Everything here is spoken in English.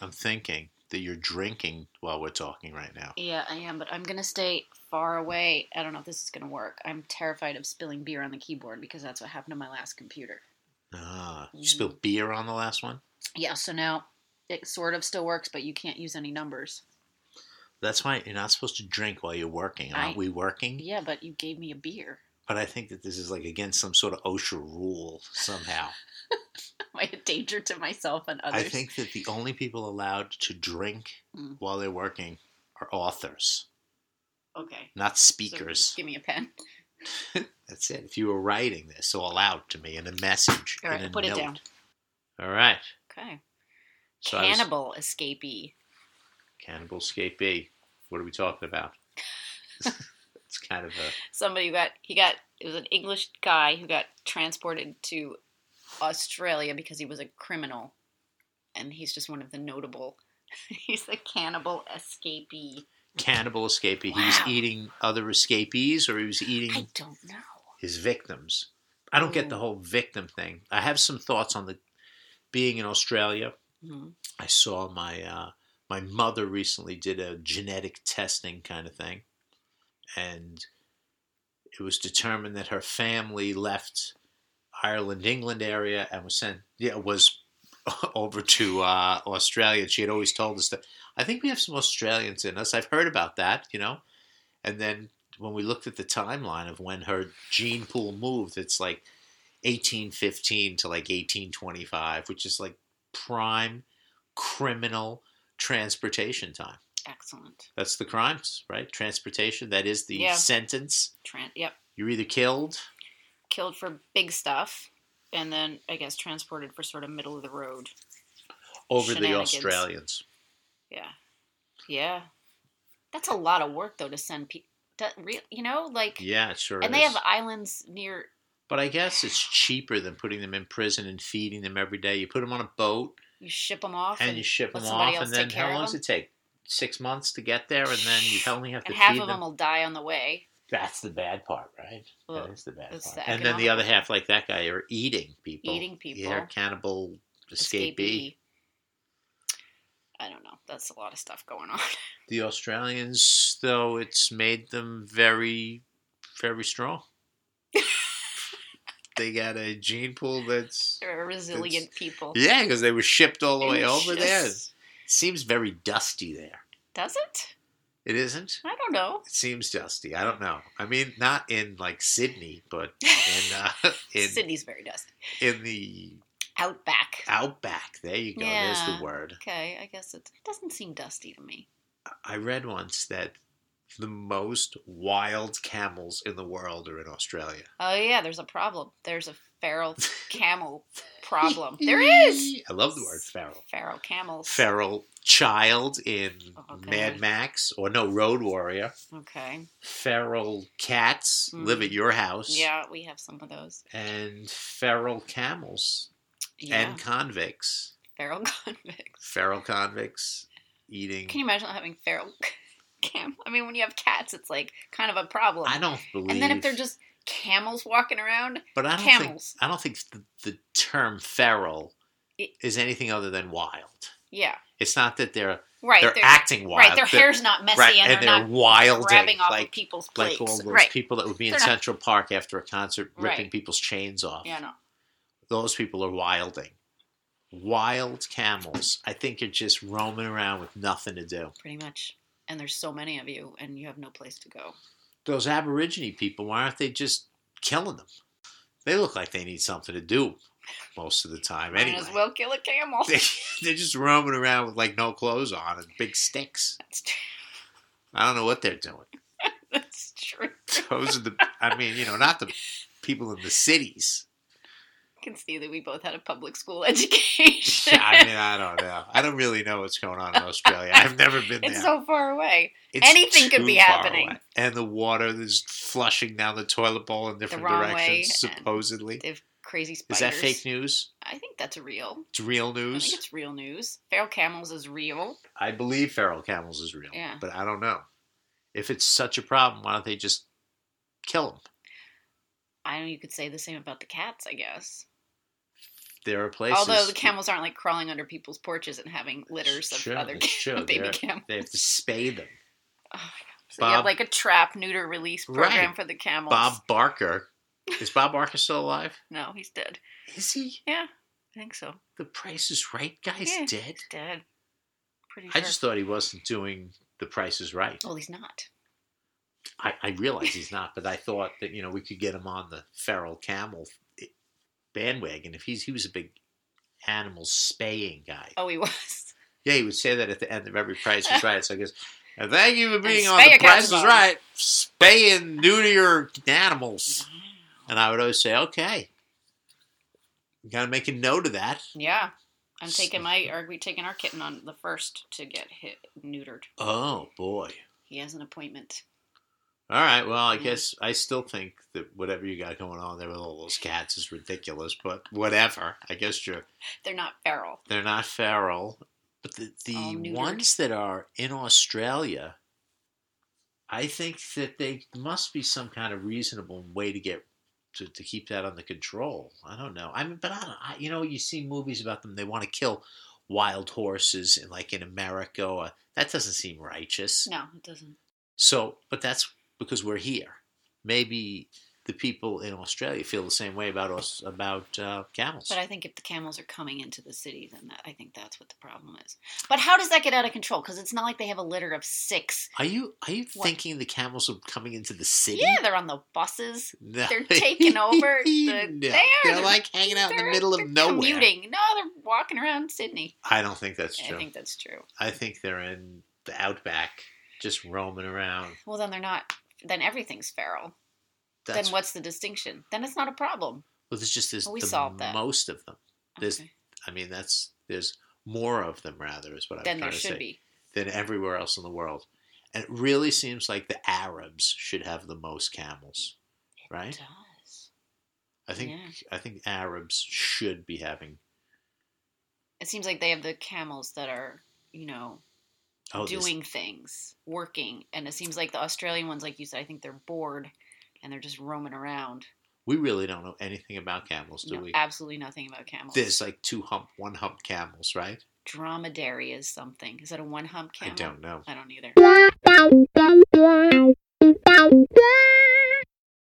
I'm thinking that you're drinking while we're talking right now. Yeah, I am, but I'm gonna stay far away. I don't know if this is gonna work. I'm terrified of spilling beer on the keyboard because that's what happened to my last computer. Ah, Mm. you spilled beer on the last one? Yeah, so now it sort of still works, but you can't use any numbers. That's why you're not supposed to drink while you're working. I- Aren't we working? Yeah, but you gave me a beer. But I think that this is like against some sort of OSHA rule somehow. Am I a danger to myself and others? I think that the only people allowed to drink Mm. while they're working are authors, Okay. not So speakers. give me a pen. That's it. If you were writing this all out to me in a message, All right, in a I'll put it note. down. All right. Okay. So I was- Cannibal escapee. Cannibal escapee. What are we talking about? it's kind of a Somebody who got he got it was an English guy who got transported to Australia because he was a criminal, and he's just one of the notable. he's a cannibal escapee. cannibal escapee. He was Wow. eating other escapees, or he was eating I Oh. don't know. his victims. I don't get Ooh. the whole victim thing. I have some thoughts on the being in Australia. Mhm. I saw my uh, my mother recently did a genetic testing kind of thing, and it was determined that her family left Ireland, England area, and was sent yeah was over to uh, Australia. She had always told us that I think we have some Australians in us. I've heard about that, you know, and then when we looked at the timeline of when her gene pool moved, it's like 1815 to like 1825, which is like prime criminal transportation time. Excellent. That's the crimes, right? Transportation. That is the Yeah. sentence. Tran yep. You're either killed. Killed for big stuff, and then I guess transported for sort of middle of the road. Over the Shenanigans. Australians. Yeah. Yeah. That's a lot of work though to send people. Re- you know, like, Yeah, it sure. and they is. have islands near. but I guess it's cheaper than putting them in prison and feeding them every day. You put them on a boat You ship them off, and you ship let them off, somebody else and then take care how of long does them? it take? Six months to get there, and then you only have to and half feed of them them. will die on the way. That's the bad part, right? Well, that is the bad it's part. the and then the economic other part. half, like that guy, are eating people. Eating people. Yeah, cannibal escapee. Escapee. I don't know. That's a lot of stuff going on. The Australians, though, it's made them very, very strong. they got a gene pool that's. They're resilient people. Yeah, because they were shipped E all the way It's over there. just- Seems very dusty there. Does it? It isn't? I don't know. It seems dusty. I don't know. I mean, not in like Sydney, but in uh, in Sydney's very dusty. in the Outback. outback. There you go. There's Yeah. the word. Okay, I guess it's, it doesn't seem dusty to me. I read once that the most wild camels in the world are in Australia. Oh yeah, there's a problem. There's a feral camel problem. there is I love the word feral. feral camels. Feral child in Oh, God. Mad Max or no Road Warrior. Okay. Feral cats Mm. live at your house. Yeah, we have some of those. And feral camels Yeah. and convicts. feral convicts. Feral convicts eating. Can you imagine having feral camel? I mean, when you have cats, it's like kind of a problem. I don't believe. And then if they're just camels walking around, but I don't camels. think I don't think the, the term feral is It- anything other than wild. yeah, It's not that they're right. they're, acting wild, right. Their They're- hair's not messy, right, and, and they're, they're not wilding, grabbing off like- of people's like plates. all those right. people that would be in They're not- Central Park after a concert ripping Right. people's chains off. Yeah, no. Those people are wilding. Wild camels, I think, are just roaming around with nothing to do. Pretty much. And there's so many of you, and you have no place to go. Those Aborigine people, why aren't they just killing them? They look like they need something to do most of the time. Anyway, Might as well kill a camel. they, they're just roaming around with like no clothes on and big sticks. That's true. I don't know what they're doing. That's true. Those are the, I mean, you know, not the people in the cities. I can see that we both had a public school education. I mean, I don't know. I don't really know what's going on in Australia. I've never been there. it's so far away. It's anything could too be far happening. away. And the water is flushing down the toilet bowl in different wrong way, directions, and supposedly. They have crazy Is spiders. that fake news? I think that's real. It's real I think news? it's real news. Feral camels is real. I believe feral camels is real, Yeah. but I don't know. If it's such a problem, why don't they just kill them? I know you could say the same about the cats, I guess. there are places. Although the camels aren't like crawling under people's porches and having litters of Sure, other that's true. baby They're- camels. they have to spay them. Oh my god! So you have Bob- like a trap neuter release Right. program for the camels. Bob Barker. Is Bob Barker still alive? No, he's dead. Is he? I think so. The Price is Right guy's Yeah. dead? He's dead. Pretty I sure. just thought he wasn't doing The Price is Right. Well, he's not. I, I realize he's not, but I thought that, you know, we could get him on the feral camel eh, bandwagon if he's he was a big animal spaying guy. Oh, he was. Yeah, he would say that at the end of every Price is Right. So I guess, "And thank you for being And on spay The your Price is cats, Bob. Right, spaying neuter your animals. And I would always say, okay, you got to make a note of that. Yeah. I'm taking my, or we taking our kitten on the first to get hit, neutered. Oh, boy. He has an appointment. All right. Well, I Mhm. guess I still think that whatever you got going on there with all those cats is ridiculous, but whatever. I guess you're They're not feral. they're not feral, but the All the neutered. ones that are in Australia, I think that they must be some kind of reasonable way to get to, to keep that under control. I don't know. I mean, but I don't. I, you know, you see movies about them. They want to kill wild horses in like in America. Or, that doesn't seem righteous. No, it doesn't. So, but that's because we're here. Maybe the people in Australia feel the same way about us about uh, camels. But I think if the camels are coming into the city, then that, I think that's what the problem is. But how does that get out of control? Because it's not like they have a litter of six. are you are you What? thinking the camels are coming into the city? Yeah, they're on the buses. No. they're taking over the- No. they They're, are. like hanging out in the They're- middle they're of nowhere. Commuting. No, they're walking around Sydney. I don't think that's true. I think that's true. they're in the outback, just roaming around. Well, then they're not. Then everything's feral. That's then what's the distinction? Then it's not a problem. well, there's just there's Well, we the solved that. most of them. There's- Okay. I mean, that's there's more of them rather is what I was Then trying there to should say. be. than everywhere else in the world. And it really seems like the Arabs should have the most camels, right? does. Eh? I think Yeah. I think Arabs should be having It seems like they have the camels that are, you know, oh this- doing things, working, and it seems like the Australian ones, like you said, I think they're bored and they're just roaming around. we really don't know anything about camels, do You know, we? absolutely nothing about camels. There's like two hump, one hump camels, right? dromedary is something. Is that a one hump camel? I don't know. I don't either. Wow, wow, wow, wow, wow, wow.